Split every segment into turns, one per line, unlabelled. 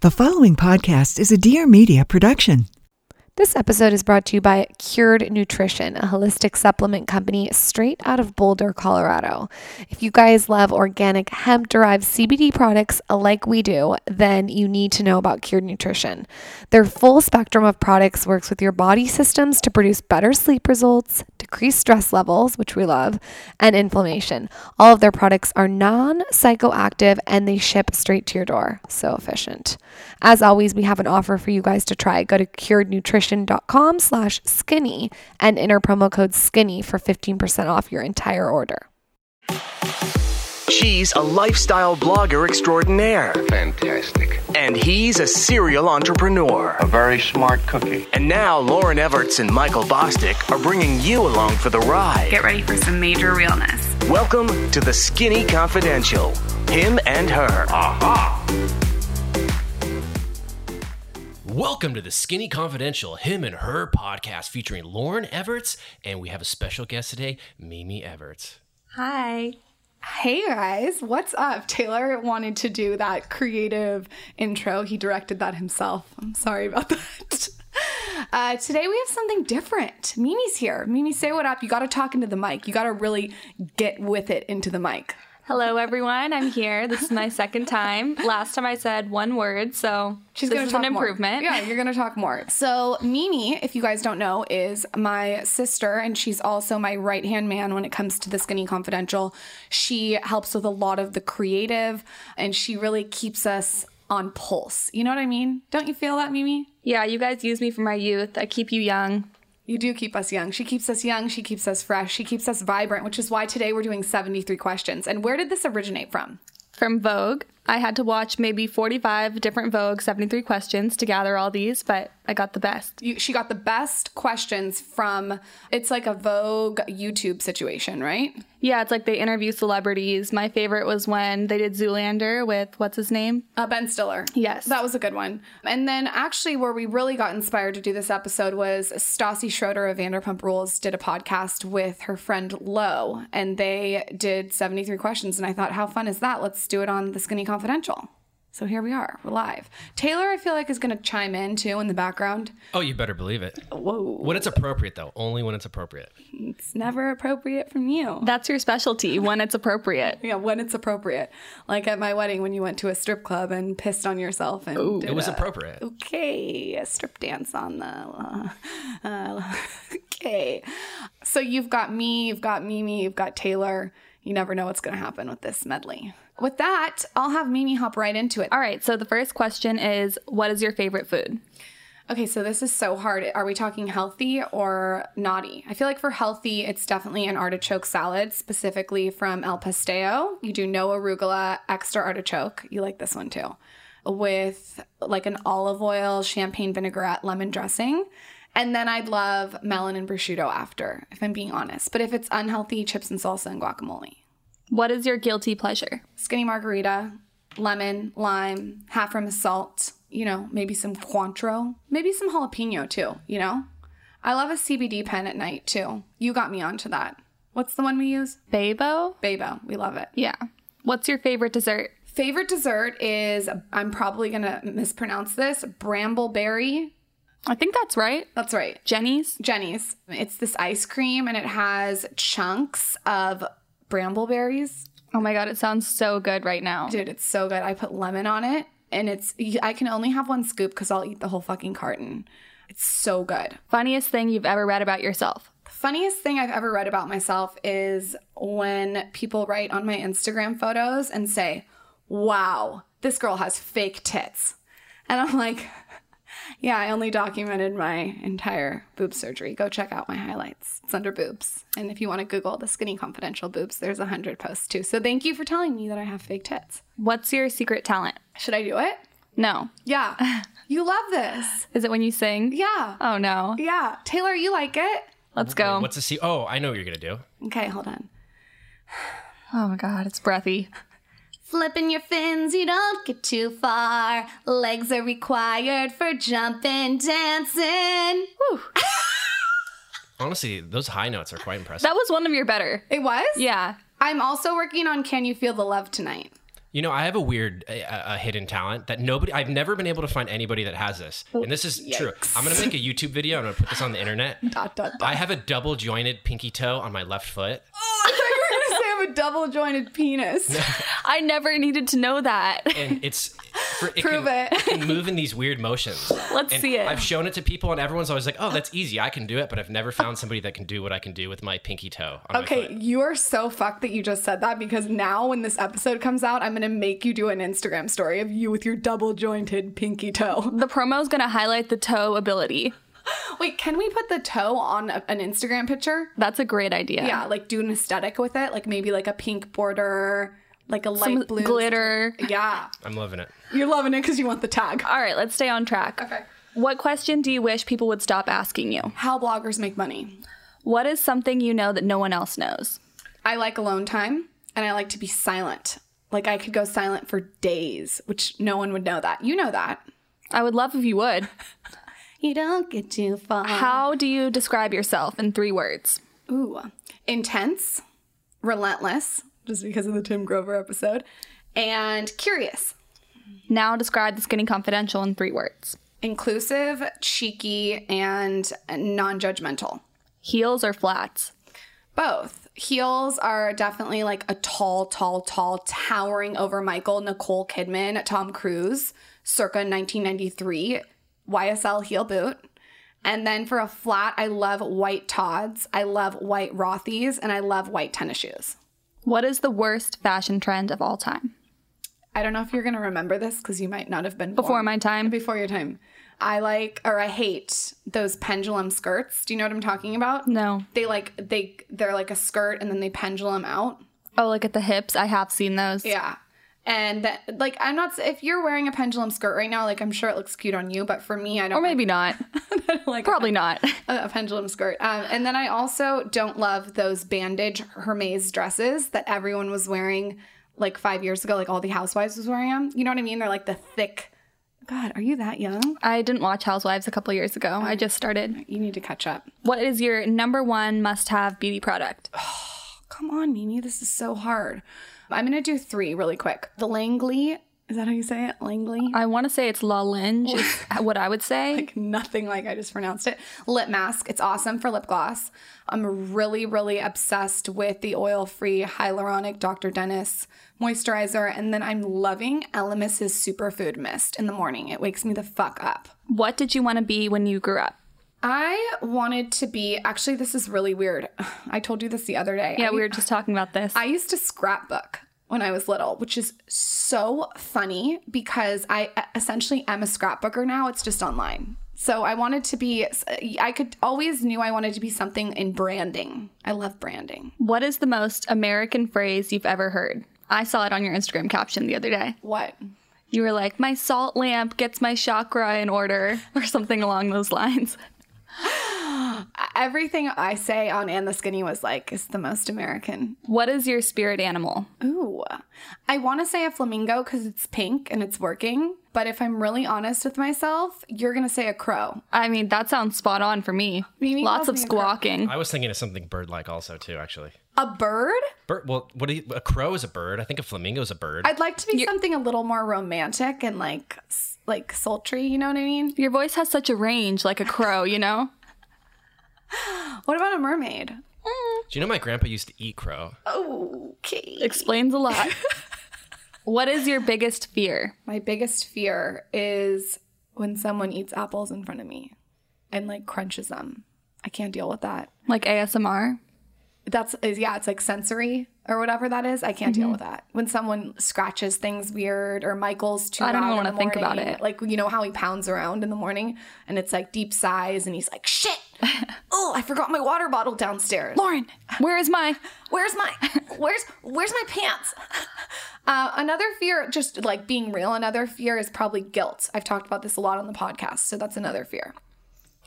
The following podcast is a Dear Media production.
This episode is brought to you by Cured Nutrition, a holistic supplement company straight out of Boulder, Colorado. If you guys love organic hemp derived CBD products like we do, then you need to know about Cured Nutrition. Their full spectrum of products works with your body systems to produce better sleep results, decrease stress levels, which we love, and inflammation. All of their products are non psychoactive and they ship straight to your door. So efficient. As always, we have an offer for you guys to try. Go to curednutrition.com slash skinny and enter promo code skinny for 15% off your entire order.
She's a lifestyle blogger extraordinaire,
Fantastic.
and he's a serial entrepreneur.
A very smart cookie.
And now Lauren Everts and Michael Bostick are bringing you along for the ride.
Get ready for some major realness.
Welcome to the Skinny Confidential. Him and her.
Welcome to the Skinny Confidential Him and Her podcast featuring Lauren Everts, and we have a special guest today, Mimi Everts.
Hi.
Hey guys, what's up? Taylor wanted to do that creative intro. He directed that himself. I'm sorry about that. Uh, today we have something different. Mimi's here. Mimi, say what up. You got to talk into the mic. You got to really get with it into the mic.
Hello, everyone. I'm here. This is my second time. Last time I said one word, so
She's
this
going to
is
talk
an improvement.
More. Yeah, you're going to talk more. So Mimi, if you guys don't know, is my sister, and she's also my right hand man when it comes to the Skinny Confidential. She helps with a lot of the creative, and she really keeps us on pulse. You know what I mean? Don't you feel that, Mimi?
Yeah, you guys use me for my youth. I keep you young.
You do keep us young. She keeps us young. She keeps us fresh. She keeps us vibrant, which is why today we're doing 73 questions. And where did this originate from?
From Vogue, I had to watch maybe 45 different Vogue 73 questions to gather all these, but I got the best.
You, she got the best questions from, it's like a Vogue YouTube situation, right?
Yeah, it's like they interview celebrities. My favorite was when they did Zoolander with what's his name?
Uh, ben Stiller.
Yes.
That was a good one. And then, actually, where we really got inspired to do this episode was Stassi Schroeder of Vanderpump Rules did a podcast with her friend Lo, and they did 73 questions. And I thought, how fun is that? Let's do it on the Skinny Confidential. So here we are. We're live. Taylor, I feel like, is going to chime in too in the background.
Oh, you better believe it. Whoa. When it's appropriate, though, only when it's appropriate.
It's never appropriate from you.
That's your specialty when it's appropriate.
Yeah, when it's appropriate. Like at my wedding when you went to a strip club and pissed on yourself and did
It was
a-
appropriate.
okay, a strip dance on the. Uh, uh, okay. So you've got me, you've got Mimi, you've got Taylor. You never know what's going to happen with this medley. With that, I'll have Mimi hop right into it.
All right, so the first question is what is your favorite food?
Okay, so this is so hard. Are we talking healthy or naughty? I feel like for healthy, it's definitely an artichoke salad, specifically from El Pastello. You do no arugula, extra artichoke. You like this one too. With like an olive oil, champagne vinaigrette, lemon dressing. And then I'd love melon and prosciutto after, if I'm being honest. But if it's unhealthy, chips and salsa and guacamole.
What is your guilty pleasure?
Skinny margarita, lemon, lime, half rim of salt, you know, maybe some Cointreau, maybe some jalapeno too, you know? I love a CBD pen at night too. You got me onto that. What's the one we use?
Babo?
Babo. We love it.
Yeah. What's your favorite dessert?
Favorite dessert is, I'm probably going to mispronounce this, brambleberry.
I think that's right.
That's right.
Jenny's?
Jenny's. It's this ice cream and it has chunks of brambleberries.
Oh my god, it sounds so good right now.
Dude, it's so good. I put lemon on it, and it's I can only have one scoop because I'll eat the whole fucking carton. It's so good.
Funniest thing you've ever read about yourself?
The funniest thing I've ever read about myself is when people write on my Instagram photos and say, "Wow, this girl has fake tits," and I'm like. Yeah, I only documented my entire boob surgery. Go check out my highlights. It's under boobs. And if you want to Google the Skinny Confidential boobs, there's a 100 posts too. So thank you for telling me that I have fake tits.
What's your secret talent?
Should I do it?
No.
Yeah. You love this.
Is it when you sing?
Yeah.
Oh no.
Yeah. Taylor, you like it?
Let's
Um,
go.
What's the see? Oh, I know what you're going to do.
Okay, hold on.
Oh my god, it's breathy.
Flipping your fins, you don't get too far. Legs are required for jumping, dancing. Woo.
Honestly, those high notes are quite impressive.
That was one of your better.
It was?
Yeah.
I'm also working on Can You Feel the Love Tonight?
You know, I have a weird, a, a hidden talent that nobody, I've never been able to find anybody that has this.
Oh,
And this is true. I'm going to make a YouTube video. I'm going to put this on the internet.
Dot, dot, dot.
I have a double jointed pinky toe on my left foot.
I thought you were gonna say I have a double jointed penis.
I never needed to know that.
And it's, for, it
Prove
can,
it.
can move in these weird motions.
Let's
And
see it.
I've shown it to people, and everyone's always like, oh, that's easy. I can do it. But I've never found somebody that can do what I can do with my pinky toe. On My
Okay,
foot.
you are so fucked that you just said that because now when this episode comes out, I'm gonna make you do an Instagram story of you with your double jointed pinky toe.
the promo is going to highlight the toe ability.
Wait, can we put the toe on a- an Instagram picture?
That's a great idea.
Yeah, like do an aesthetic with it, like maybe like a pink border, like a light
Some
blue
glitter.
Yeah,
I'm loving it.
you're loving it because you want the tag.
All right, let's stay on track.
Okay.
What question do you wish people would stop asking you?
How bloggers make money.
What is something you know that no one else knows?
I like alone time and I like to be silent. Like I could go silent for days, which no one would know that. You know that.
I would love if you would.
You don't get too far.
How do you describe yourself in three words?
Ooh. Intense, relentless, just because of the Tim Grover episode, and curious,
Now describe the Skinny Confidential in three words.
inclusive, cheeky, and non judgmental.
Heels or flats?
Both. Heels are definitely like a tall, tall, tall, towering over Michael, Nicole Kidman, Tom Cruise, circa 1993, YSL heel boot. And then for a flat, I love white Tods, I love white Rothy's, and I love white tennis shoes.
What is the worst fashion trend of all time?
I don't know if you're going to remember this because you might not have been
Before
born.
my time,
Before your time. I like or I hate those pendulum skirts. Do you know what I'm talking about?
No.
They like they they're like a skirt and then they pendulum out.
Oh, like at the hips, I have seen those.
Yeah. And that, like, I'm not, if you're wearing a pendulum skirt right now, like, I'm sure it looks cute on you, but for me, I don't
Or maybe not.
like
Probably not.
a, a pendulum skirt. Um, and then I also don't love those bandage Hermes dresses that everyone was wearing like five years ago, like all the housewives was wearing them. You know what I mean? They're like the thick. God, are you that young?
I didn't watch Housewives a couple years ago. I just started.
You need to catch up.
What is your number one must have beauty product?
Come on, Mimi, this is so hard. I'm going to do three really quick. The Langley, is that how you say it? Langley?
I want to say it's La Linge, is what I would say.
like nothing like I just pronounced it. Lip mask. It's awesome for lip gloss. I'm really, really obsessed with the oil free hyaluronic Dr. Dennis moisturizer. And then I'm loving Elemis's superfood mist in the morning. It wakes me the fuck up.
what did you want to be when you grew up?
I wanted to be actually, this is really weird. I told you this the other day.
Yeah,
I-
we were just talking about this.
I used to scrapbook when I was little, which is so funny because I e, essentially am a scrapbooker now. It's just online. So I wanted to be, I could always knew I wanted to be something in branding. I love branding.
what is the most American phrase you've ever heard? I saw it on your Instagram caption the other day.
What?
You were like, my salt lamp gets my chakra in order, or something along those lines.
Everything I say on And the Skinny was like, is the most American.
What is your spirit animal?
Ooh. I want to say a flamingo because it's pink and it's working. But if I'm really honest with myself, you're going to say a crow.
I mean, that sounds spot on for me.
Mimi
Lots
calls
of
me a crow.
squawking.
I was thinking of something bird like also, too, actually.
A bird?
Bird, well, what do you, a crow is a bird. I think a flamingo is a bird.
I'd like to be something a little more romantic and like s- like sultry. You know what I mean?
Your voice has such a range, like a crow, you know?
What about a mermaid?
Do you know my grandpa used to eat crow?
Okay.
Explains a lot. what is your biggest fear?
My biggest fear is when someone eats apples in front of me and like crunches them. I can't deal with that.
Like ASMR?
That's is yeah, it's like sensory or whatever that is. I can't
Mm-hmm.
deal with that. When someone scratches things weird or Michael's too
I don't
loud
even
in
wanna
the
think about
morning.
it.
Like you know how he pounds around in the morning and it's like deep sighs and he's like shit. oh, I forgot my water bottle downstairs.
Lauren, where is my?
where's my where's where's my pants uh, another fear just like being real another fear is probably guilt i've talked about this a lot on the podcast so that's another fear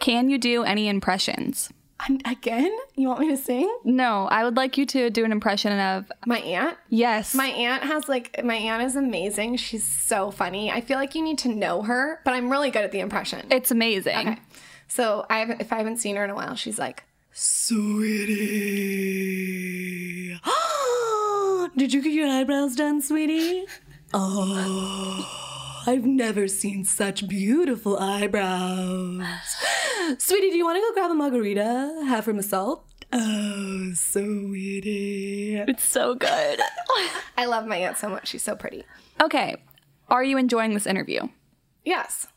Can you do any impressions?
i again you want me to sing
No, I would like you to do an impression of
my aunt
yes.
my aunt has like my aunt is amazing she's so funny i feel like you need to know her but i'm really good at the impression
it's amazing.
so i haven't if i haven't seen her in a while she's like sweetie did you get your eyebrows done sweetie
Oh, I've never seen such beautiful eyebrows. Sweetie, do you want to go grab a margarita? Have her assault? Oh, sweetie.
It's so good.
I love my aunt so much. She's so pretty.
Okay. Are you enjoying this interview?
Yes.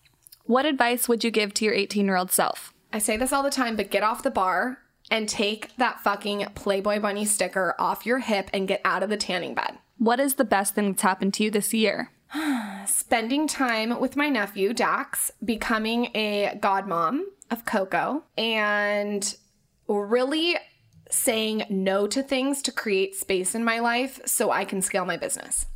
What advice would you give to your 18 year old self?
I say this all the time, but get off the bar and take that fucking Playboy Bunny sticker off your hip and get out of the tanning bed.
What is the best thing that's happened to you this year?
Spending time with my nephew, Dax, becoming a godmom of Coco, and really saying no to things to create space in my life so I can scale my business.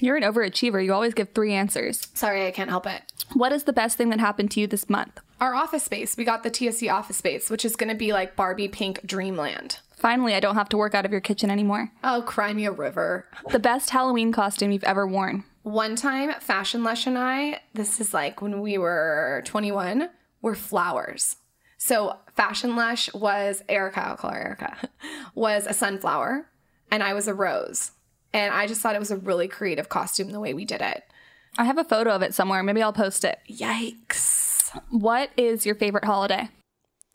You're an overachiever. You always give three answers.
Sorry, I can't help it.
What is the best thing that happened to you this month?
Our office space, we got the TSC office space, which is gonna be like Barbie Pink Dreamland.
Finally, I don't have to work out of your kitchen anymore.
Oh, cry me a river.
The best Halloween costume you've ever worn.
One time, Fashion Lush and I, this is like when we were 21, were flowers. So Fashion Lush was Erica, I'll call her Erica, was a sunflower and I was a rose. And I just thought it was a really creative costume the way we did it.
I have a photo of it somewhere. Maybe I'll post it.
Yikes.
What is your favorite holiday?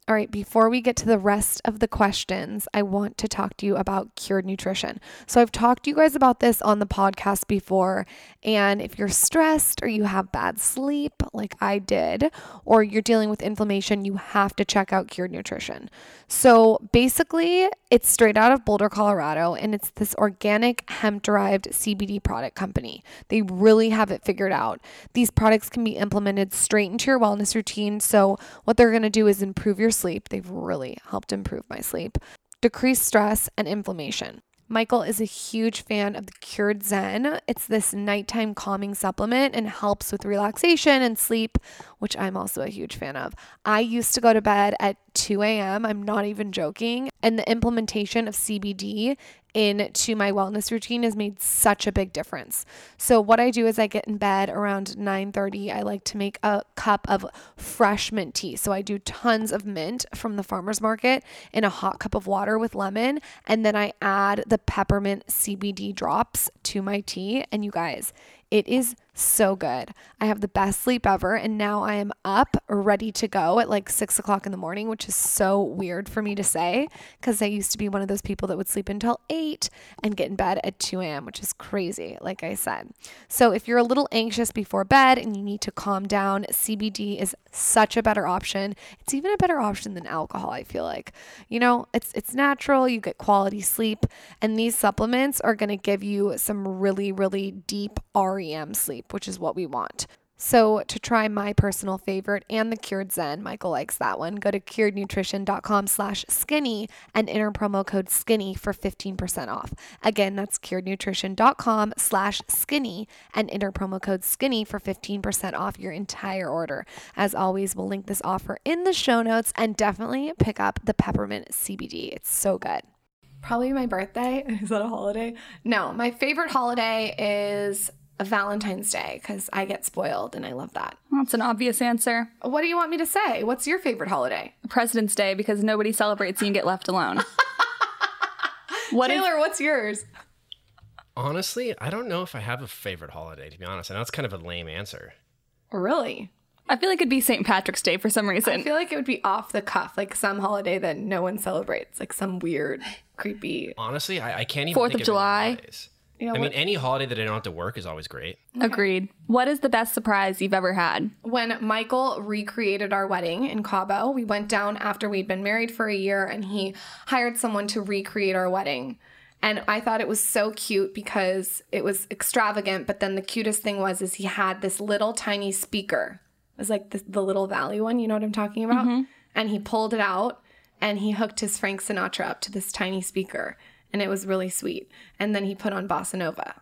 All right, before we get to the rest of the questions, I want to talk to you about cured nutrition. So, I've talked to you guys about this on the podcast before. And if you're stressed or you have bad sleep, like I did, or you're dealing with inflammation, you have to check out cured nutrition. So, basically, it's straight out of Boulder, Colorado, and it's this organic hemp derived CBD product company. They really have it figured out. These products can be implemented straight into your wellness routine. So, what they're going to do is improve your sleep. They've really helped improve my sleep, decrease stress and inflammation. Michael is a huge fan of the Cured Zen. It's this nighttime calming supplement and helps with relaxation and sleep, which I'm also a huge fan of. I used to go to bed at 2 a.m. I'm not even joking. And the implementation of CBD into my wellness routine has made such a big difference. So what I do is I get in bed around 9:30. I like to make a cup of fresh mint tea. So I do tons of mint from the farmers market in a hot cup of water with lemon and then I add the peppermint CBD drops to my tea and you guys, it is so good. I have the best sleep ever, and now I am up, ready to go at like six o'clock in the morning, which is so weird for me to say because I used to be one of those people that would sleep until eight and get in bed at 2 a.m., which is crazy, like I said. So, if you're a little anxious before bed and you need to calm down, CBD is such a better option. It's even a better option than alcohol, I feel like. You know, it's it's natural, you get quality sleep, and these supplements are going to give you some really really deep REM sleep, which is what we want. So, to try my personal favorite and the Cured Zen, Michael likes that one, go to curednutrition.com slash skinny and enter promo code skinny for 15% off. Again, that's curednutrition.com slash skinny and enter promo code skinny for 15% off your entire order. As always, we'll link this offer in the show notes and definitely pick up the peppermint CBD. It's so good.
Probably my birthday.
Is that a holiday?
No, my favorite holiday is Valentine's Day because I get spoiled and I love that.
That's an obvious answer.
What do you want me to say? What's your favorite holiday?
President's Day because nobody celebrates and you get left alone. What is-
Taylor, what's yours?
Honestly, I don't know if I have a favorite holiday, to be honest. I know it's kind of a lame answer.
Really?
I feel like it'd be St. Patrick's Day for some
I
reason.
feel like it would be off the cuff, like some holiday that no one celebrates, like some weird, creepy.
Honestly, I, I can't even.
Fourth
think
of
any
July.
holidays.
You know,
I mean,
what-
any holiday that I don't have to work is always great.
Agreed. What is the best surprise you've ever had?
when Michael recreated our wedding in Cabo, we went down after we'd been married for a year and he hired someone to recreate our wedding. And I thought it was so cute because it was extravagant, but then the cutest thing was is he had this little tiny speaker. It was like the, the little valley one, you know what I'm talking about?
Mm-hmm.
And he pulled it out and he hooked his Frank Sinatra up to this tiny speaker. And it was really sweet. And then he put on Bossa Nova.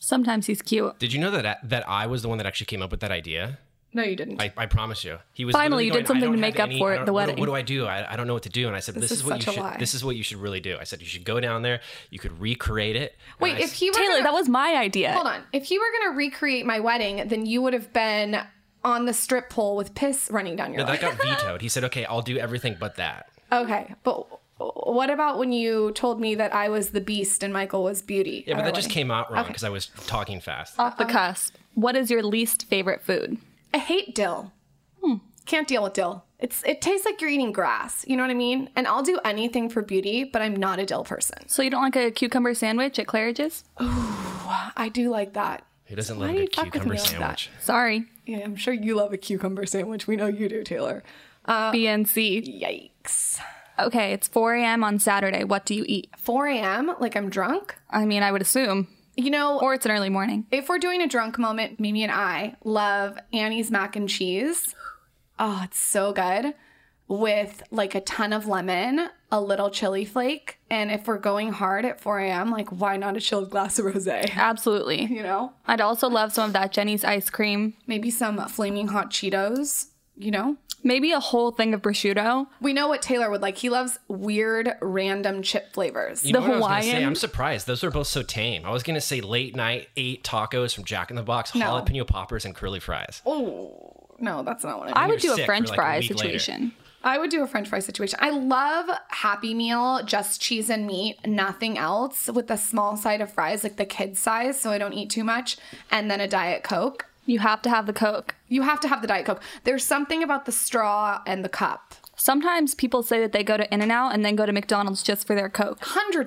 Sometimes he's cute.
Did you know that that I was the one that actually came up with that idea?
No, you didn't.
I, I promise you. He was
Finally,
literally
you did
going,
something
"I don't
to
have
make up
any-
for
I
it
don't-
at
what-
the
What do
wedding."
I do? I, I don't know what to do. And I said, "This,
is
is, what
such
you
a
should.
lie.
This is what you should really do." I said, "You should go down there. You could recreate it." And
Wait,
I
if
s-
he were
Taylor,
gonna-
that was my idea.
Hold on. If you were going to recreate my wedding, then you would have been on the strip pole with piss running down your
no, that got
leg.
vetoed. He said, "Okay, I'll do everything but that."
okay, but What about when you told me that I was the beast and Michael was beauty?
Yeah, but that
Or
just
what-
came out wrong because I was talking fast.
Uh,
Off the cusp. What is your least favorite food?
I hate dill. Hmm. Can't deal with dill. It's it tastes like you're eating grass. You know what I mean? And I'll do anything for beauty, but I'm not a dill person.
So you don't like a cucumber sandwich at Claridge's?
I do like that.
He doesn't
Why
love
do
a
you fuck with
cucumber
me like that?
sandwich.
Sorry.
Yeah, I'm sure you love a cucumber sandwich. We know you do, Taylor.
BNC.
Yikes.
Okay, it's 4 a.m. on Saturday. What do you eat?
4 a.m. Like I'm drunk.
I mean, I would assume.
You know,
Or it's an early morning.
if we're doing a drunk moment, Mimi and I love Annie's mac and cheese. Oh, it's so good. With like a ton of lemon, a little chili flake. And if we're going hard at 4 a.m., like why not a chilled glass of rose?
Absolutely.
You know,
I'd also love some of that Jenny's ice cream.
maybe some flaming hot Cheetos, you know?
Maybe a whole thing of prosciutto.
We know what Taylor would like. He loves weird, random chip flavors.
You know
The
what I was gonna say?
Hawaiian?
I'm surprised. Those are both so tame. I was going to say late night, eight tacos from Jack in the Box,
No.
jalapeno poppers, and curly fries.
Oh, no, that's not what I mean.
I would
you're
do a
sick for,
french
like, a
fry
week later.
situation.
I would do a french fry situation. I love Happy Meal, just cheese and meat, nothing else, with a small side of fries, like the kid's size, so I don't eat too much, and then a Diet Coke.
You have to have the Coke.
You have to have the Diet Coke. There's something about the straw and the cup.
Sometimes people say that they go to In N Out and then go to McDonald's just for their Coke.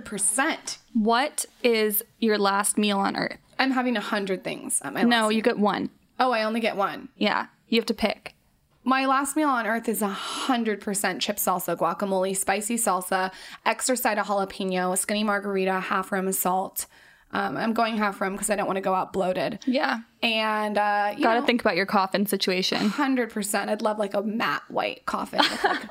100%.
What is your last meal on earth?
I'm having 100 things at my
No,
last
you get one.
Oh, I only get one.
Yeah, you have to pick.
My last meal on earth is 100% chip salsa, guacamole, spicy salsa, extra side of jalapeno, skinny margarita, half rim of salt. Um, I'm going half rim because I don't want to go out bloated.
Yeah.
And uh, you
Gotta
know,
think about your coffin situation.
hundred percent. I'd love like a matte white coffin with like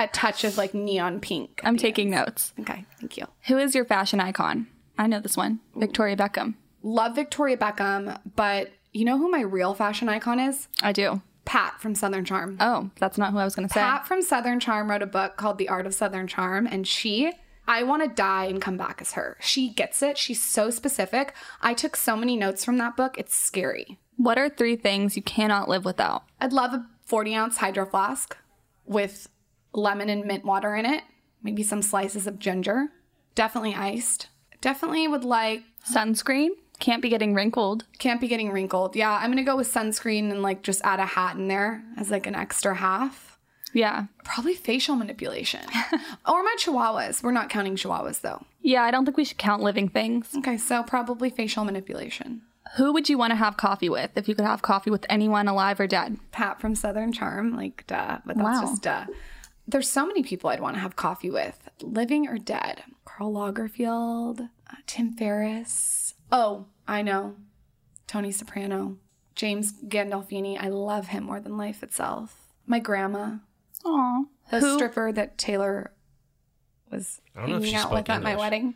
a touch of like neon pink.
I'm taking notes.
Okay, thank you.
Who is your fashion icon? I know this one Victoria Beckham.
Love Victoria Beckham, but you know who my real fashion icon is?
I do.
Pat from Southern Charm.
Oh, that's not who I was gonna say.
Pat from Southern Charm wrote a book called The Art of Southern Charm, and she, I want to die and come back as her. She gets it. She's so specific. I took so many notes from that book. It's scary.
What are three things you cannot live without?
I'd love a 40 ounce hydro flask with lemon and mint water in it, maybe some slices of ginger. Definitely iced. Definitely would like,
Sunscreen? Can't be getting wrinkled.
can't be getting wrinkled. Yeah, I'm gonna go with sunscreen and like just add a hat in there as like an extra half.
Yeah.
Probably facial manipulation. or my chihuahuas. We're not counting chihuahuas though.
Yeah, I don't think we should count living things.
Okay, so probably facial manipulation.
Who would you want to have coffee with if you could have coffee with anyone alive or dead?
Pat from Southern Charm, like duh, but
Wow.
that's just duh. There's so many people I'd want to have coffee with, living or dead. Carl Lagerfeld, uh, Tim Ferriss. Oh, I know. Tony Soprano, James Gandolfini. I love him more than life itself. My grandma,
Aw.
the stripper that Taylor was
I don't know if
hanging
she
out
spoke
with at my
English.
wedding.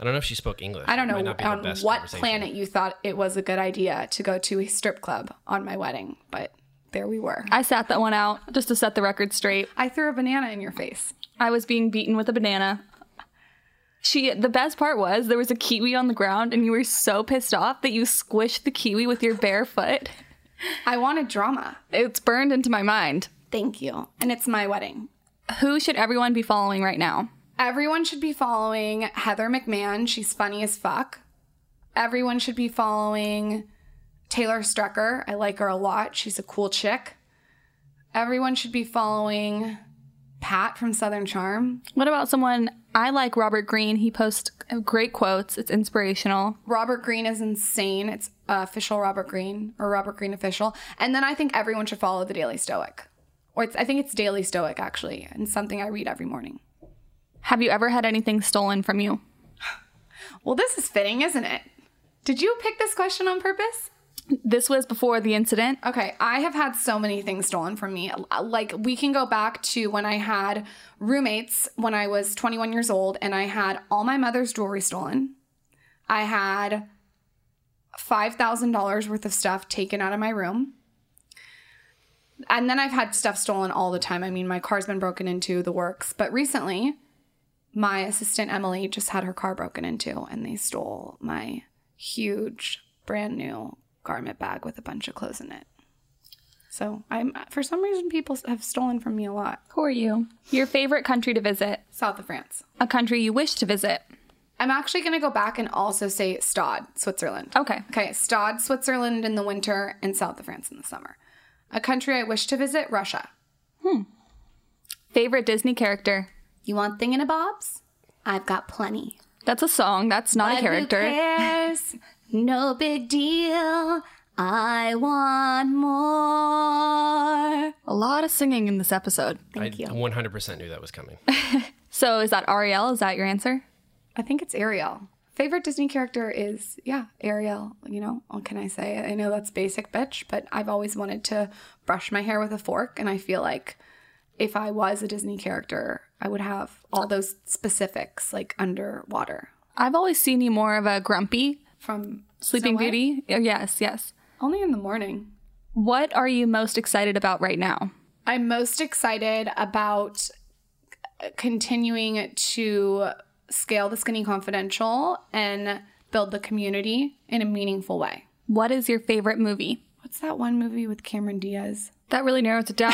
I don't know if she spoke English.
I don't
It might
know
not be the
on
best
what
conversation.
planet you thought it was a good idea to go to a strip club on my wedding, but there we were.
I sat that one out just to set the record straight.
I threw a banana in your face.
I was being beaten with a banana. She the best part was there was a kiwi on the ground and you were so pissed off that you squished the kiwi with your bare foot.
I wanted drama.
It's burned into my mind.
Thank you. And it's my wedding.
Who should everyone be following right now?
Everyone should be following Heather McMahon. She's funny as fuck. Everyone should be following Taylor Strecker. I like her a lot. She's a cool chick. Everyone should be following Pat from Southern Charm.
What about someone I like Robert Greene. He posts great quotes. It's inspirational.
Robert Greene is insane. It's uh, official Robert Greene or Robert Greene official. And then I think everyone should follow the Daily Stoic. Or it's, I think it's Daily Stoic actually, and something I read every morning.
Have you ever had anything stolen from you?
Well, this is fitting, isn't it? Did you pick this question on purpose?
This was before the incident.
Okay, I have had so many things stolen from me. Like, we can go back to when I had roommates when I was 21 years old, and I had all my mother's jewelry stolen. I had $5,000 worth of stuff taken out of my room. And then I've had stuff stolen all the time. I mean, my car's been broken into, the works. But recently, my assistant Emily just had her car broken into, and they stole my huge, brand new garment bag with a bunch of clothes in it. So I'm for some reason people have stolen from me a lot.
Poor you. Your favorite country to visit?
South of France.
A country you wish to visit?
I'm actually going to go back and also say Stade, Switzerland.
Okay.
Okay, Stade, Switzerland in the winter and south of France in the summer. A country I wish to visit, Russia.
Favorite Disney character?
You want thingamabobs? bobs? I've got plenty.
That's a song. That's not a
Who
character.
cares? no big deal. I want more.
A lot of singing in this episode.
I 100% knew that was coming.
So is that Ariel? Is that your answer?
I think it's Ariel. Favorite Disney character is, yeah, Ariel. You know, what can I say? I know that's basic, bitch, but I've always wanted to brush my hair with a fork. And I feel like if I was a Disney character, I would have all those specifics like underwater
I've always seen you more of a grumpy
from
Sleeping
Snow White.
Beauty. Oh, Yes, yes.
Only in the morning.
What are you most excited about right now?
I'm most excited about c- continuing to scale the Skinny Confidential and build the community in a meaningful way.
What is your favorite movie?
What's that one movie with Cameron Diaz?
That really narrows it down.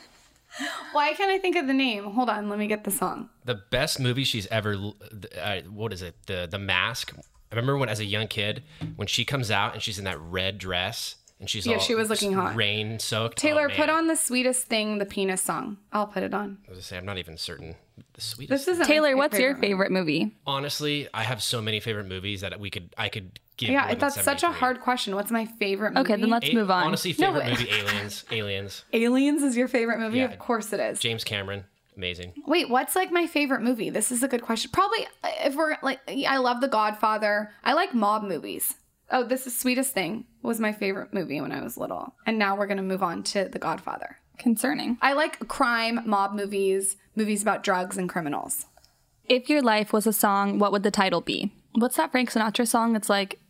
Why can't I think of the name? Hold on, let me get the song.
the best movie she's ever l- uh, what is it the the mask i remember when as a young kid when she comes out and she's in that red dress and she's
Yeah,
all
she was looking hot.
rain soaked Oh,
Taylor, put on the sweetest thing, the penis song. I'll put it on.
i was gonna say i'm not even certain the sweetest
This is
Taylor, what's your favorite movie?
honestly i have so many favorite movies that we could i could give more
Yeah,
than
that's such a
73.
hard question. What's my favorite movie?
Okay, then let's
A-
move on.
honestly
No,
favorite
wait.
movie aliens aliens
Aliens is your favorite movie?
Yeah.
Of course it is.
james cameron amazing
Wait, what's like my favorite movie? This is a good question. Probably uh, if we're like, I love The Godfather. I like mob movies. Oh, this is Sweetest Thing was my favorite movie when I was little. And now we're going to move on to The Godfather.
Concerning.
I like crime, mob movies, movies about drugs and criminals.
If your life was a song, what would the title be? What's that Frank Sinatra song that's like,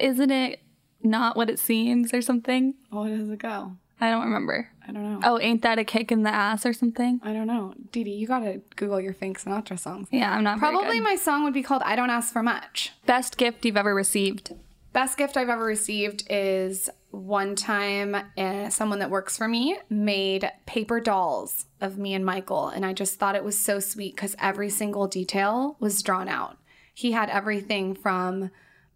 isn't it not what it seems or something?
Oh, does it go?
I don't remember.
I don't know.
Oh, ain't that a kick in the ass or something?
I don't know. Didi, you gotta Google your Frank Sinatra songs.
Yeah, I'm not very
Probably
good.
my song would be called I Don't Ask for Much.
best gift you've ever received.
Best gift I've ever received is one time uh, someone that works for me made paper dolls of me and Michael. And I just thought it was so sweet because every single detail was drawn out. He had everything from,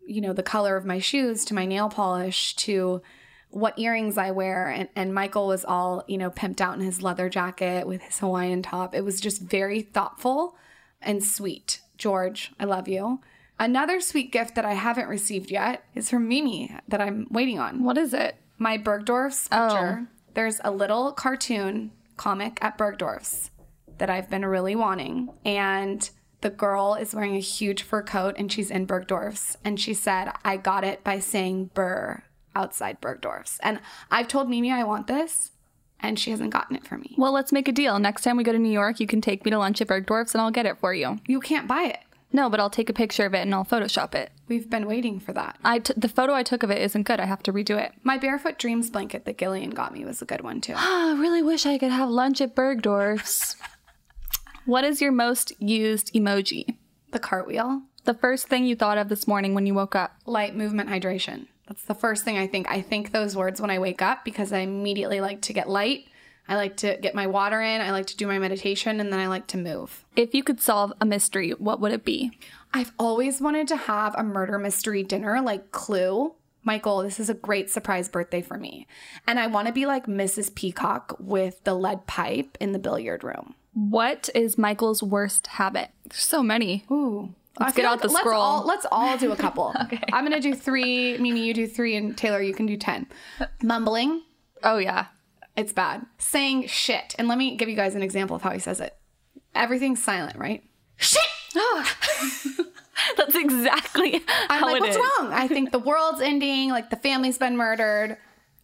you know, the color of my shoes to my nail polish to what earrings I wear. And, and Michael was all, you know, pimped out in his leather jacket with his Hawaiian top. It was just very thoughtful and sweet. George, I love you. Another sweet gift that I haven't received yet is from Mimi that I'm waiting on.
What is it? Oh.
My Bergdorf's picture. There's a little cartoon comic at Bergdorf's that I've been really wanting. And the girl is wearing a huge fur coat and she's in Bergdorf's. And she said, I got it by saying burr outside Bergdorf's. And I've told Mimi I want this and she hasn't gotten it for me.
Well, let's make a deal. Next time we go to New York, you can take me to lunch at Bergdorf's and I'll get it for you.
You can't buy it.
No, but I'll take a picture of it and I'll Photoshop it.
We've been waiting for that.
I t- the photo I took of it isn't good. I have to redo it.
My barefoot dreams blanket that Gillian got me was a good one too.
I really wish I could have lunch at Bergdorf's. what is your most used emoji?
the cartwheel,
The first thing you thought of this morning when you woke up.
light movement hydration. That's the first thing I think. I think those words when I wake up because I immediately like to get light. I like to get my water in. I like to do my meditation and then I like to move.
If you could solve a mystery, what would it be?
I've always wanted to have a murder mystery dinner like Clue. Michael, this is a great surprise birthday for me. And I want to be like Mrs. Peacock with the lead pipe in the billiard room.
What is Michael's worst habit? There's so many.
Ooh.
Let's
I
get
feel
out the
let's
scroll.
All, let's all do a couple. okay. I'm gonna do three. Mimi, you do three, and Taylor, you can do ten. Mumbling,
Oh yeah.
it's bad. Saying shit, and let me give you guys an example of how he says it. Everything's silent, right? Shit.
That's exactly
I'm
how
like,
it
what's
is.
wrong? I think the world's ending. Like the family's been murdered.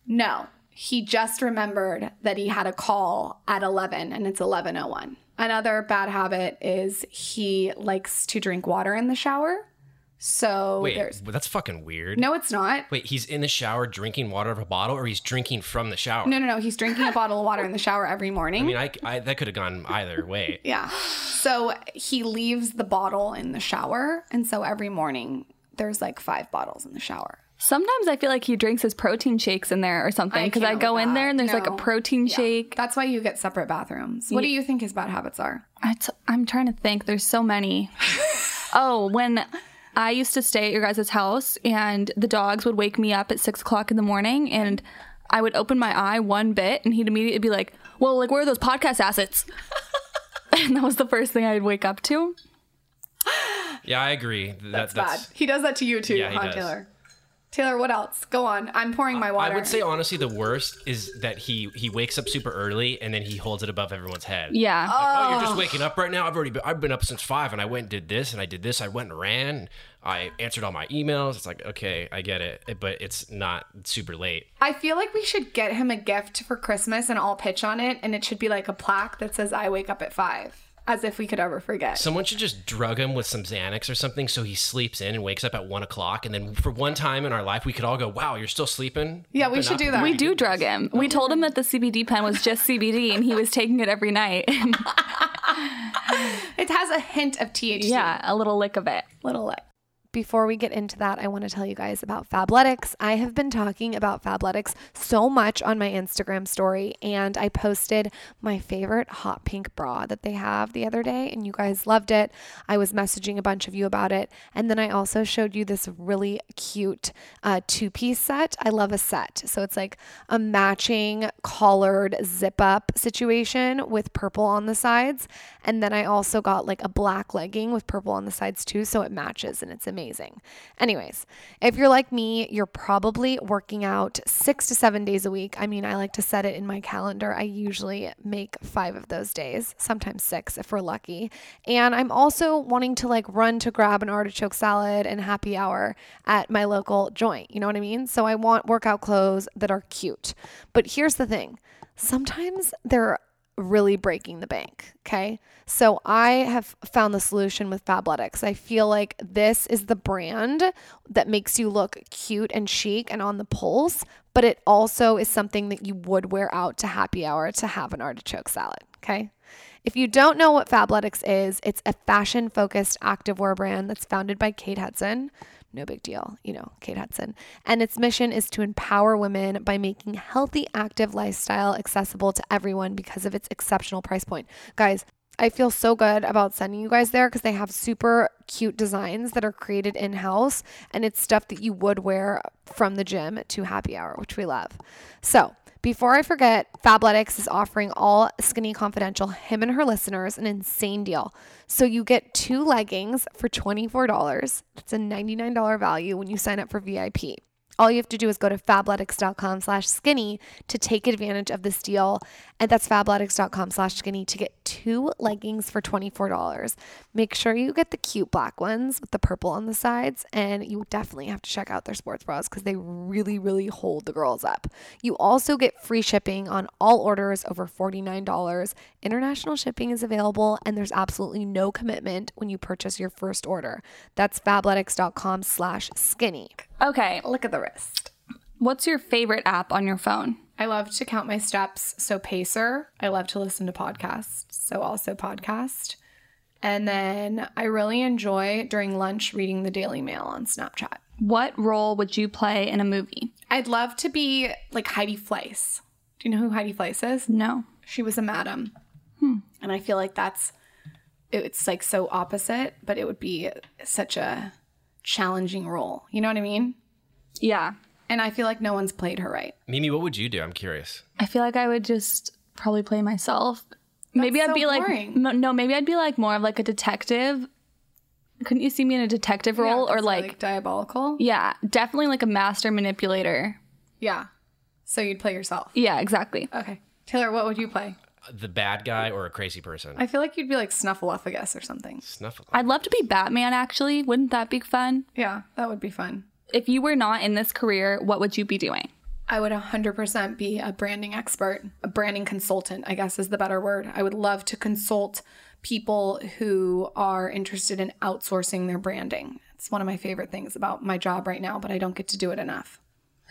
No, he just remembered that he had a call at 11, and it's 11:01. Another bad habit is he likes to drink water in the shower. So
wait
there's
well, that's fucking weird
no, it's not.
wait he's in the shower drinking water of a bottle or he's drinking from the shower
No, no, no. He's drinking a bottle of water in the shower every morning.
i mean I, I that could have gone either way
yeah. So he leaves the bottle in the shower. And so every morning there's like five bottles in the shower.
Sometimes I feel like he drinks his protein shakes in there or something
I
because I,
can't
go
with
in
that.
there and there's like a
No.
protein
Yeah.
shake.
That's why you get separate bathrooms. What do you think his bad habits are?
i t- I'm trying to think. There's so many. oh, when I used to stay at your guys' house, and the dogs would wake me up at six o'clock in the morning, and I would open my eye one bit, and he'd immediately be like, "Well, like where are those podcast assets?" and that was the first thing I'd wake up to.
Yeah, I agree. That-
That's, bad. He does that to you too,
Yeah, he
huh,
does.
Taylor? Taylor, what else? Go on. I'm pouring my water.
I would say honestly, the worst is that he he wakes up super early and then he holds it above everyone's head.
Yeah.
Oh, you're just waking up right now. I've already been, I've been up since five, and I went and did this, and I did this. I went and ran. and I answered all my emails. It's like okay, I get it, eh, but it's not super late.
I feel like we should get him a gift for Christmas and I'll pitch on it and it should be like a plaque that says I wake up at 5 as if we could ever forget.
Someone should just drug him with some Xanax or something so he sleeps in and wakes up at one o'clock, and then for one time in our life, we could all go, "Wow, you're still sleeping."
yeah, we should do that.
we do drug him.
Oh
We told him that the CBD pen was just CBD, and he was taking it every night.
It has a hint of THC.
yeah, a little lick of it.
Little like
Before we get into that, I want to tell you guys about Fabletics. I have been talking about Fabletics so much on my Instagram story, and I posted my favorite hot pink bra that they have the other day, and you guys loved it. I was messaging a bunch of you about it. And then I also showed you this really cute uh, two piece set. I love a set. So it's like a matching collared zip up situation with purple on the sides. And then I also got like a black legging with purple on the sides too. So it matches and it's amazing. Anyways, if you're like me, you're probably working out six to seven days a week. I mean, I like to set it in my calendar. I usually make five of those days, sometimes six if we're lucky. And I'm also wanting to like run to grab an artichoke salad and happy hour at my local joint. You know what I mean? So I want workout clothes that are cute. But here's the thing sometimes they're really breaking the bank. Okay. So I have found the solution with Fabletics. I feel like this is the brand that makes you look cute and chic and on the pulse, but it also is something that you would wear out to happy hour to have an artichoke salad. Okay. If you don't know what Fabletics is, it's a fashion focused activewear brand that's founded by Kate Hudson. No big deal, you know, Kate Hudson. And its mission is to empower women by making healthy, active lifestyle accessible to everyone because of its exceptional price point. Guys, I feel so good about sending you guys there because they have super cute designs that are created in house and it's stuff that you would wear from the gym to happy hour, which we love. So, before I forget, Fabletics is offering all Skinny Confidential, him and her listeners, an insane deal. So you get two leggings for $24. That's a $99 value when you sign up for VIP. All you have to do is go to fabletics.com slash skinny to take advantage of this deal. And that's fabletics.com slash skinny to get two leggings for $24. Make sure you get the cute black ones with the purple on the sides. And you definitely have to check out their sports bras because they really, really hold the girls up. You also get free shipping on all orders over $49. International shipping is available and there's absolutely no commitment when you purchase your first order. That's fabletics.com slash skinny.
Okay,
look at the wrist.
what's your favorite app on your phone?
I love to count my steps, so Pacer. I love to listen to podcasts, so also podcast. And then I really enjoy during lunch reading the Daily Mail on Snapchat.
What role would you play in a movie?
I'd love to be like Heidi Fleiss. Do you know who Heidi Fleiss is?
No.
She was a madam.
Hmm.
And I feel like that's it's like so opposite, but it would be such a challenging role. You know what I mean?
Yeah.
And I feel like no one's played her right.
Mimi, what would you do? I'm curious.
I feel like I would just probably play myself. maybe I'd
so
be like
boring.
m- no, maybe I'd be like more of like a detective. Couldn't you see me in a detective role or
That's
like,
diabolical.
yeah, definitely like a master manipulator.
Yeah. So you'd play yourself.
Yeah, exactly.
Okay. Taylor, what would you play?
The bad guy or a crazy person?
I feel like you'd be like Snuffleupagus or something.
Snuffle.
I'd love to be Batman actually. Wouldn't that be fun?
Yeah, that would be fun.
If you were not in this career, what would you be doing?
I would 100% be a branding expert, a branding consultant, I guess is the better word. I would love to consult people who are interested in outsourcing their branding. It's one of my favorite things about my job right now, but I don't get to do it enough.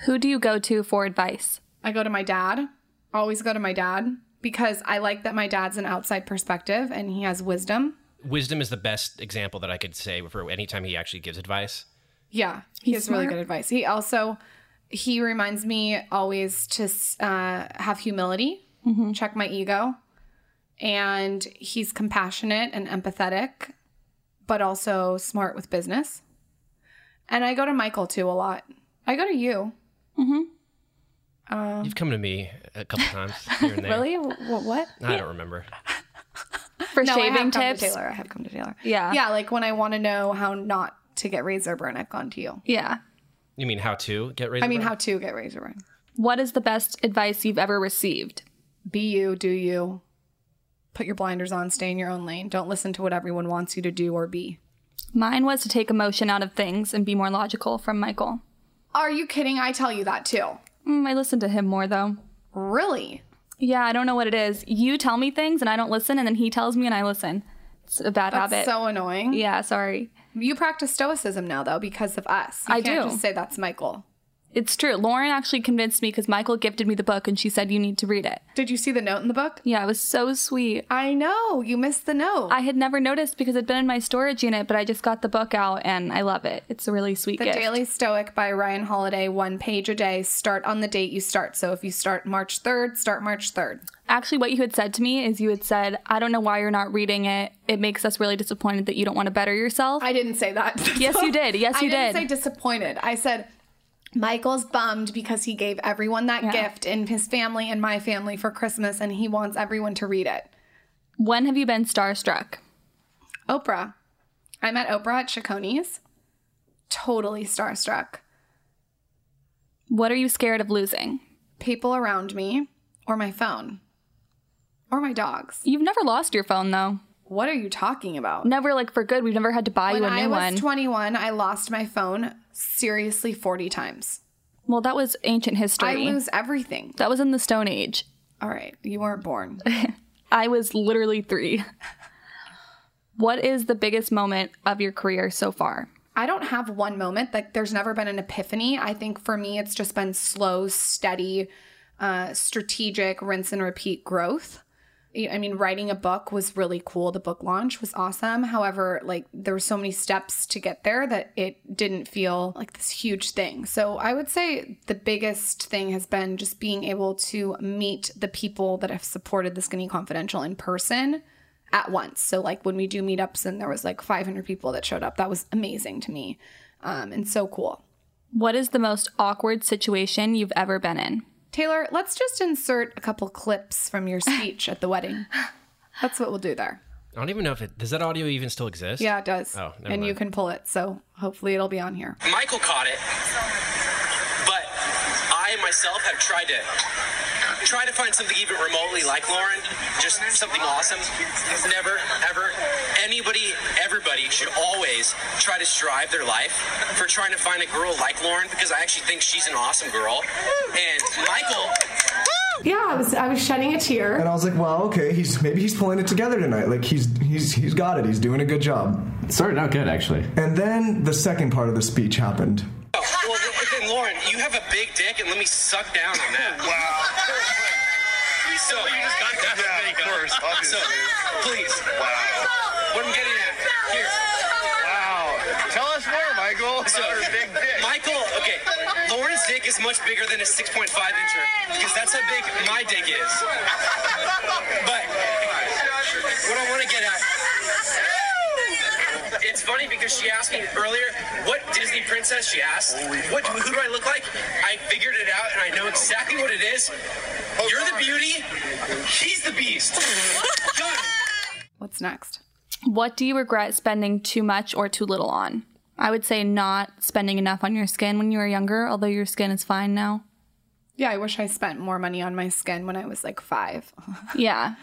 Who do you go to for advice?
I go to my dad, always go to my dad because I like that my dad's an outside perspective and he has wisdom.
Wisdom is the best example that I could say for anytime he actually gives advice.
Yeah, he has really good advice. He also he reminds me always to uh, have humility, check my ego, and he's compassionate and empathetic, but also smart with business. And I go to Michael too a lot. I go to you.
You've come to me a couple times here and there.
Oh. Really? Wh- what?
I don't remember.
for
No, I have
shaving
come to
tips.
Taylor. I have come to Taylor.
Yeah.
yeah. Like when I want to know how not to get razor burn, I've gone to you.
Yeah.
You mean how to get razor?
I mean,
burn?
how to get razor burn?
What is the best advice you've ever received?
Be you, do you. Put your blinders on, stay in your own lane. Don't listen to what everyone wants you to do or be.
Mine was to take emotion out of things and be more logical from Michael.
Are you kidding? I tell you that too.
Mm, I listen to him more though.
Really?
Yeah, I don't know what it is. You tell me things and I don't listen, and then he tells me and I listen. It's a bad
That's
habit.
so annoying.
yeah, sorry.
You practice stoicism now, though, because of us. You
I
can't
do.
just say that's Michael.
It's true. Lauren actually convinced me because Michael gifted me the book and she said, You need to read it.
Did you see the note in the book?
Yeah, it was so sweet.
I know. You missed the note.
I had never noticed because it'd been in my storage unit, but I just got the book out and I love it. It's a really sweet
the
gift.
Daily Stoic by Ryan Holiday, one page a day. Start on the date you start. So if you start March 3rd, start March 3rd.
Actually, what you had said to me is you had said, I don't know why you're not reading it. It makes us really disappointed that you don't want to better yourself.
I didn't say that.
Yes, you did. Yes, you
I didn't
did.
say disappointed. I said Michael's bummed because he gave everyone that gift in his family and my family for Christmas, and he wants everyone to read it.
when have you been starstruck?
Oprah. I met Oprah at Chaconis. Totally starstruck.
What are you scared of losing?
People around me, or my phone, or my dogs.
You've never lost your phone though.
What are you talking about?
Never like for good. We've never had to buy
When
you a
I
new
was
one.
21, I lost my phone seriously 40 times.
well, that was ancient history.
I lose everything.
that was in the Stone Age.
All right, you weren't born.
I was literally three. what is the biggest moment of your career so far?
I don't have one moment. Like, there's never been an epiphany. I think for me, it's just been slow, steady, uh, strategic, rinse and repeat growth. Y- I mean, writing a book was really cool. The book launch was awesome. However, like, there were so many steps to get there that it didn't feel like this huge thing. So, I would say the biggest thing has been just being able to meet the people that have supported the Skinny Confidential in person at once. So like when we do meetups and there was like 500 people that showed up, that was amazing to me um, and so cool.
What is the most awkward situation you've ever been in?
Taylor, let's just insert a couple clips from your speech at the wedding. That's what we'll do there.
I don't even know if it does that audio even still exist.
Yeah, it does.
Oh,
and
never
you
mind.
can pull it. So hopefully it'll be on here.
Michael caught it, but I myself have tried to try to find something even remotely like Lauren, just something awesome. Never, ever, anybody, everybody should always try to strive their life for trying to find a girl like Lauren because I actually think she's an awesome girl. And Michael,
Yeah, I was I was shedding a tear. And I was like, well, okay, he's maybe he's pulling it together tonight. Like he's he's he's got it. He's doing a good job.
Started out good, actually.
And then the second part of the speech happened.
well, then Lauren, you have a big dick, and let me suck down on that. Wow. So,
Yeah, of course,
so
obviously.
please,
Wow.
what I'm getting at here.
Wow. Tell us more, Michael. About
So-
her big dick.
Michael, okay, Lauren's dick is much bigger than a 6.5 incher because that's how big my dick is. But what I want to get at. It's funny because she asked me earlier what Disney princess she asked. What who do I look like? I figured it out and I know exactly what it is. You're the beauty. He's the beast. Done.
What's next?
What do you regret spending too much or too little on? I would say not spending enough on your skin when you were younger, although your skin is fine now.
Yeah, I wish I spent more money on my skin when I was like five.
Yeah.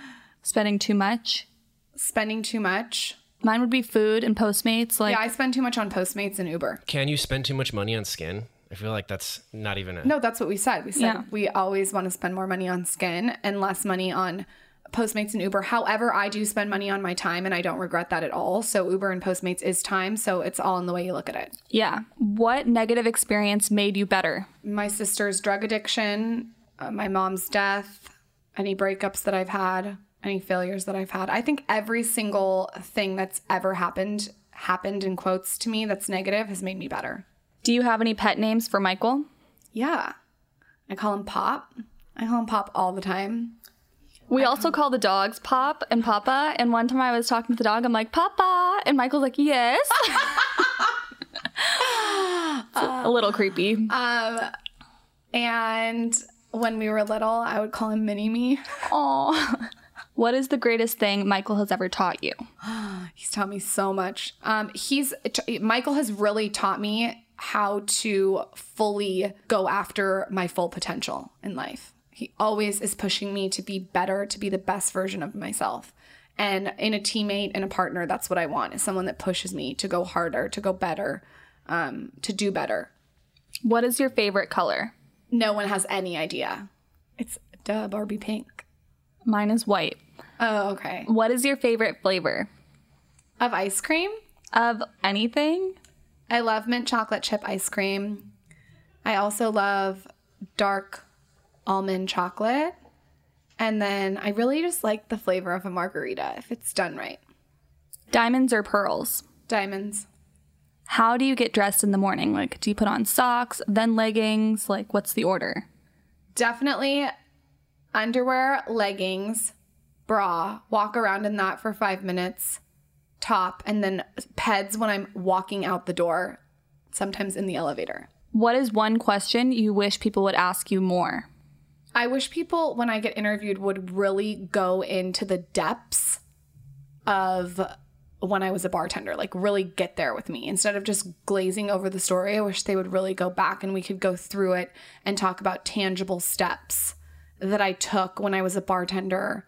Spending too much.
Spending too much.
Mine would be food and Postmates. Like,
Yeah, I spend too much on Postmates and Uber.
Can you spend too much money on skin? I feel like that's not even a.
No, that's what we said. We said
Yeah.
we always want to spend more money on skin and less money on Postmates and Uber. However, I do spend money on my time and I don't regret that at all. So Uber and Postmates is time, so it's all in the way you look at it.
yeah. What negative experience made you better?
My sister's drug addiction, uh, my mom's death, any breakups that I've had, any failures that I've had. I think every single thing that's ever happened happened in quotes to me that's negative has made me better.
Do you have any pet names for Michael?
Yeah. I call him Pop. I call him Pop all the time.
We also call the dogs Pop and Papa. And one time I was talking to the dog, I'm like, Papa. And Michael's like, Yes. It's a little creepy.
And when we were little, I would call him Mini Me.
Aw. What is the greatest thing Michael has ever taught you?
He's taught me so much. Um, he's t- Michael has really taught me how to fully go after my full potential in life. He always is pushing me to be better, to be the best version of myself. And in a teammate and a partner, that's what I want is someone that pushes me to go harder, to go better, um, to do better.
What is your favorite color?
No one has any idea. It's duh, Barbie pink.
Mine is white.
Oh, okay.
What is your favorite flavor
Of ice cream?
of anything?
I love mint chocolate chip ice cream. I also love dark almond chocolate. And then I really just like the flavor of a margarita if it's done right.
Diamonds or pearls?
Diamonds.
How do you get dressed in the morning? Like, do you put on socks, then leggings? Like, what's the order?
Definitely underwear, leggings, bra, walk around in that for five minutes, top, and then peds when I'm walking out the door, sometimes in the elevator.
What is one question you wish people would ask you more?
I wish people, when I get interviewed, would really go into the depths of when I was a bartender, like really get there with me instead of just glazing over the story. I wish they would really go back and we could go through it and talk about tangible steps that I took when I was a bartender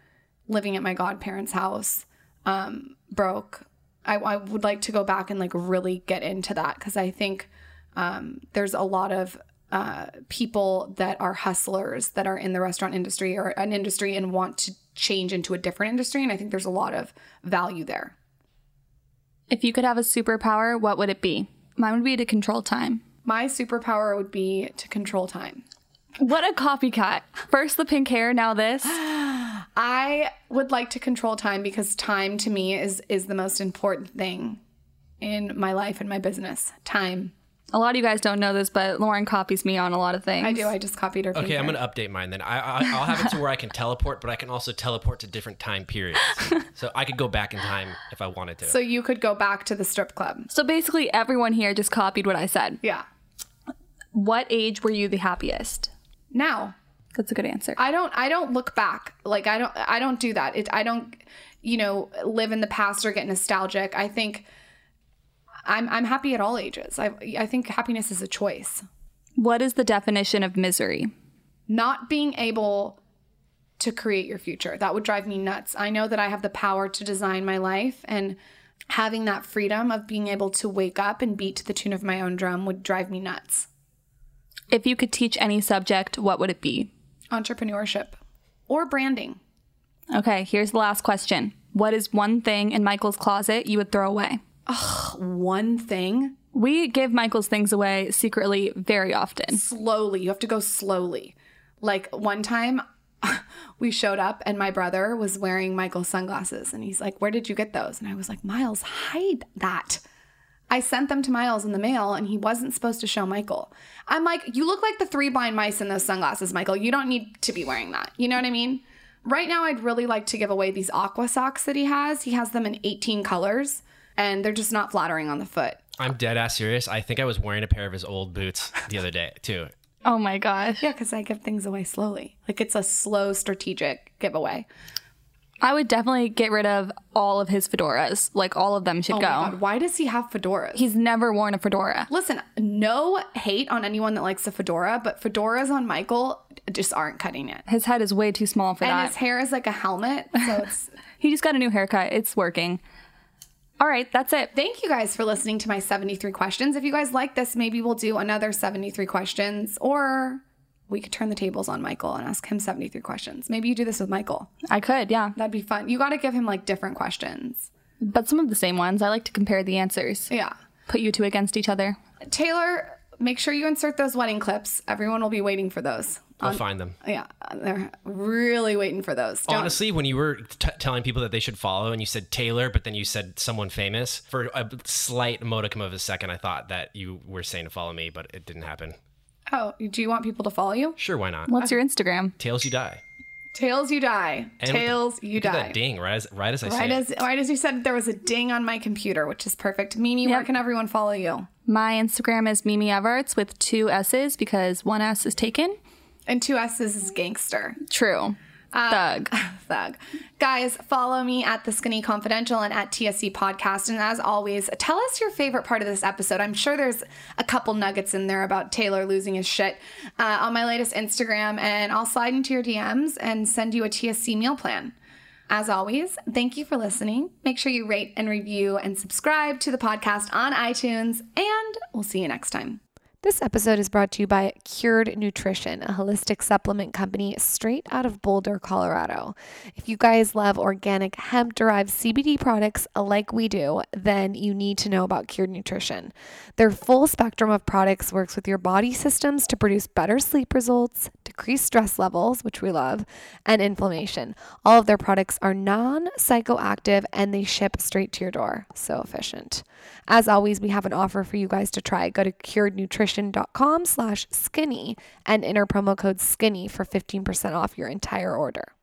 living at my godparents' house, um, broke. I, I would like to go back and like really get into that because I think um, there's a lot of uh, people that are hustlers that are in the restaurant industry or an industry and want to change into a different industry. And I think there's a lot of value there.
If you could have a superpower, what would it be? Mine would be to control time.
My superpower would be to control time.
What a copycat. First the pink hair, now this.
I would like to control time because time to me is is the most important thing in my life and my business. Time.
A lot of you guys don't know this, but Lauren copies me on a lot of things.
I do. I just copied her.
Okay, I'm gonna update mine then. I, I I'll have it to where I can teleport, but I can also teleport to different time periods, so I could go back in time if I wanted to.
So you could go back to the strip club.
So basically, everyone here just copied what I said.
Yeah.
What age were you the happiest?
Now
That's a good answer.
I don't I don't look back. Like I don't I don't do that. It I don't you know live in the past or get nostalgic. I think I'm I'm happy at all ages. I I think happiness is a choice.
What is the definition of misery?
Not being able to create your future. That would drive me nuts. I know that I have the power to design my life and having that freedom of being able to wake up and beat to the tune of my own drum would drive me nuts.
If you could teach any subject, what would it be?
Entrepreneurship or branding.
Okay, here's the last question. What is one thing in Michael's closet you would throw away?
One thing
We give Michael's things away secretly very often.
slowly. You have to go slowly. Like one time we showed up and my brother was wearing Michael's sunglasses and he's like, Where did you get those? And I was like, Miles, hide that. I sent them to Miles in the mail and he wasn't supposed to show Michael. I'm like, You look like the three blind mice in those sunglasses, Michael. You don't need to be wearing that. You know what I mean? Right now, I'd really like to give away these aqua socks that he has. He has them in 18 colors and they're just not flattering on the foot.
I'm dead ass serious. I think I was wearing a pair of his old boots the other day too.
Oh my gosh.
Yeah, because I give things away slowly. Like it's a slow, strategic giveaway.
I would definitely get rid of all of his fedoras. Like all of them should
Oh
go.
my God, why does he have fedoras?
He's never worn a fedora.
Listen, no hate on anyone that likes a fedora, but fedoras on Michael just aren't cutting it.
His head is way too small for
And
that.
his hair is like a helmet. So it's.
He just got a new haircut. It's working. All right, that's it.
Thank you guys for listening to my 73 questions. If you guys like this, maybe we'll do another 73 questions or we could turn the tables on Michael and ask him 73 questions. Maybe you do this with Michael.
I could, yeah.
That'd be fun. You got to give him like different questions.
But some of the same ones. I like to compare the answers.
Yeah.
Put you two against each other.
Taylor, make sure you insert those wedding clips. Everyone will be waiting for those.
I'll find them.
Yeah, they're really waiting for those. Don't-
Honestly, when you were t- telling people that they should follow and you said Taylor, but then you said someone famous, for a slight modicum of a second, I thought that you were saying to follow me, but it didn't happen.
Oh, do you want people to follow you?
Sure, why not?
Uh.
What's your Instagram?
Tails, you die.
Tails, you die.
And-
Tails, you
Look at that
die.
ding right as, right as I
Right
say
as right as you said, there was a ding on my computer, which is perfect. Meanie, where
Yep.
can everyone follow you?
My Instagram is Mimi Everts with two S's because one S is taken.
And two S's is gangster.
True. Thug.
Uh, Thug. Guys, follow me at The Skinny Confidential and at TSC Podcast. And as always, tell us your favorite part of this episode. I'm sure there's a couple nuggets in there about Taylor losing his shit uh, on my latest Instagram. And I'll slide into your DMs and send you a TSC meal plan. As always, thank you for listening. Make sure you rate and review and subscribe to the podcast on iTunes. And we'll see you next time.
This episode is brought to you by Cured Nutrition, a holistic supplement company straight out of Boulder, Colorado. If you guys love organic hemp derived CBD products like we do, then you need to know about Cured Nutrition. Their full spectrum of products works with your body systems to produce better sleep results, decrease stress levels, which we love, and inflammation. All of their products are non psychoactive and they ship straight to your door. So efficient. As always, we have an offer for you guys to try. Go to curednutrition.com slash skinny and enter promo code skinny for 15% off your entire order.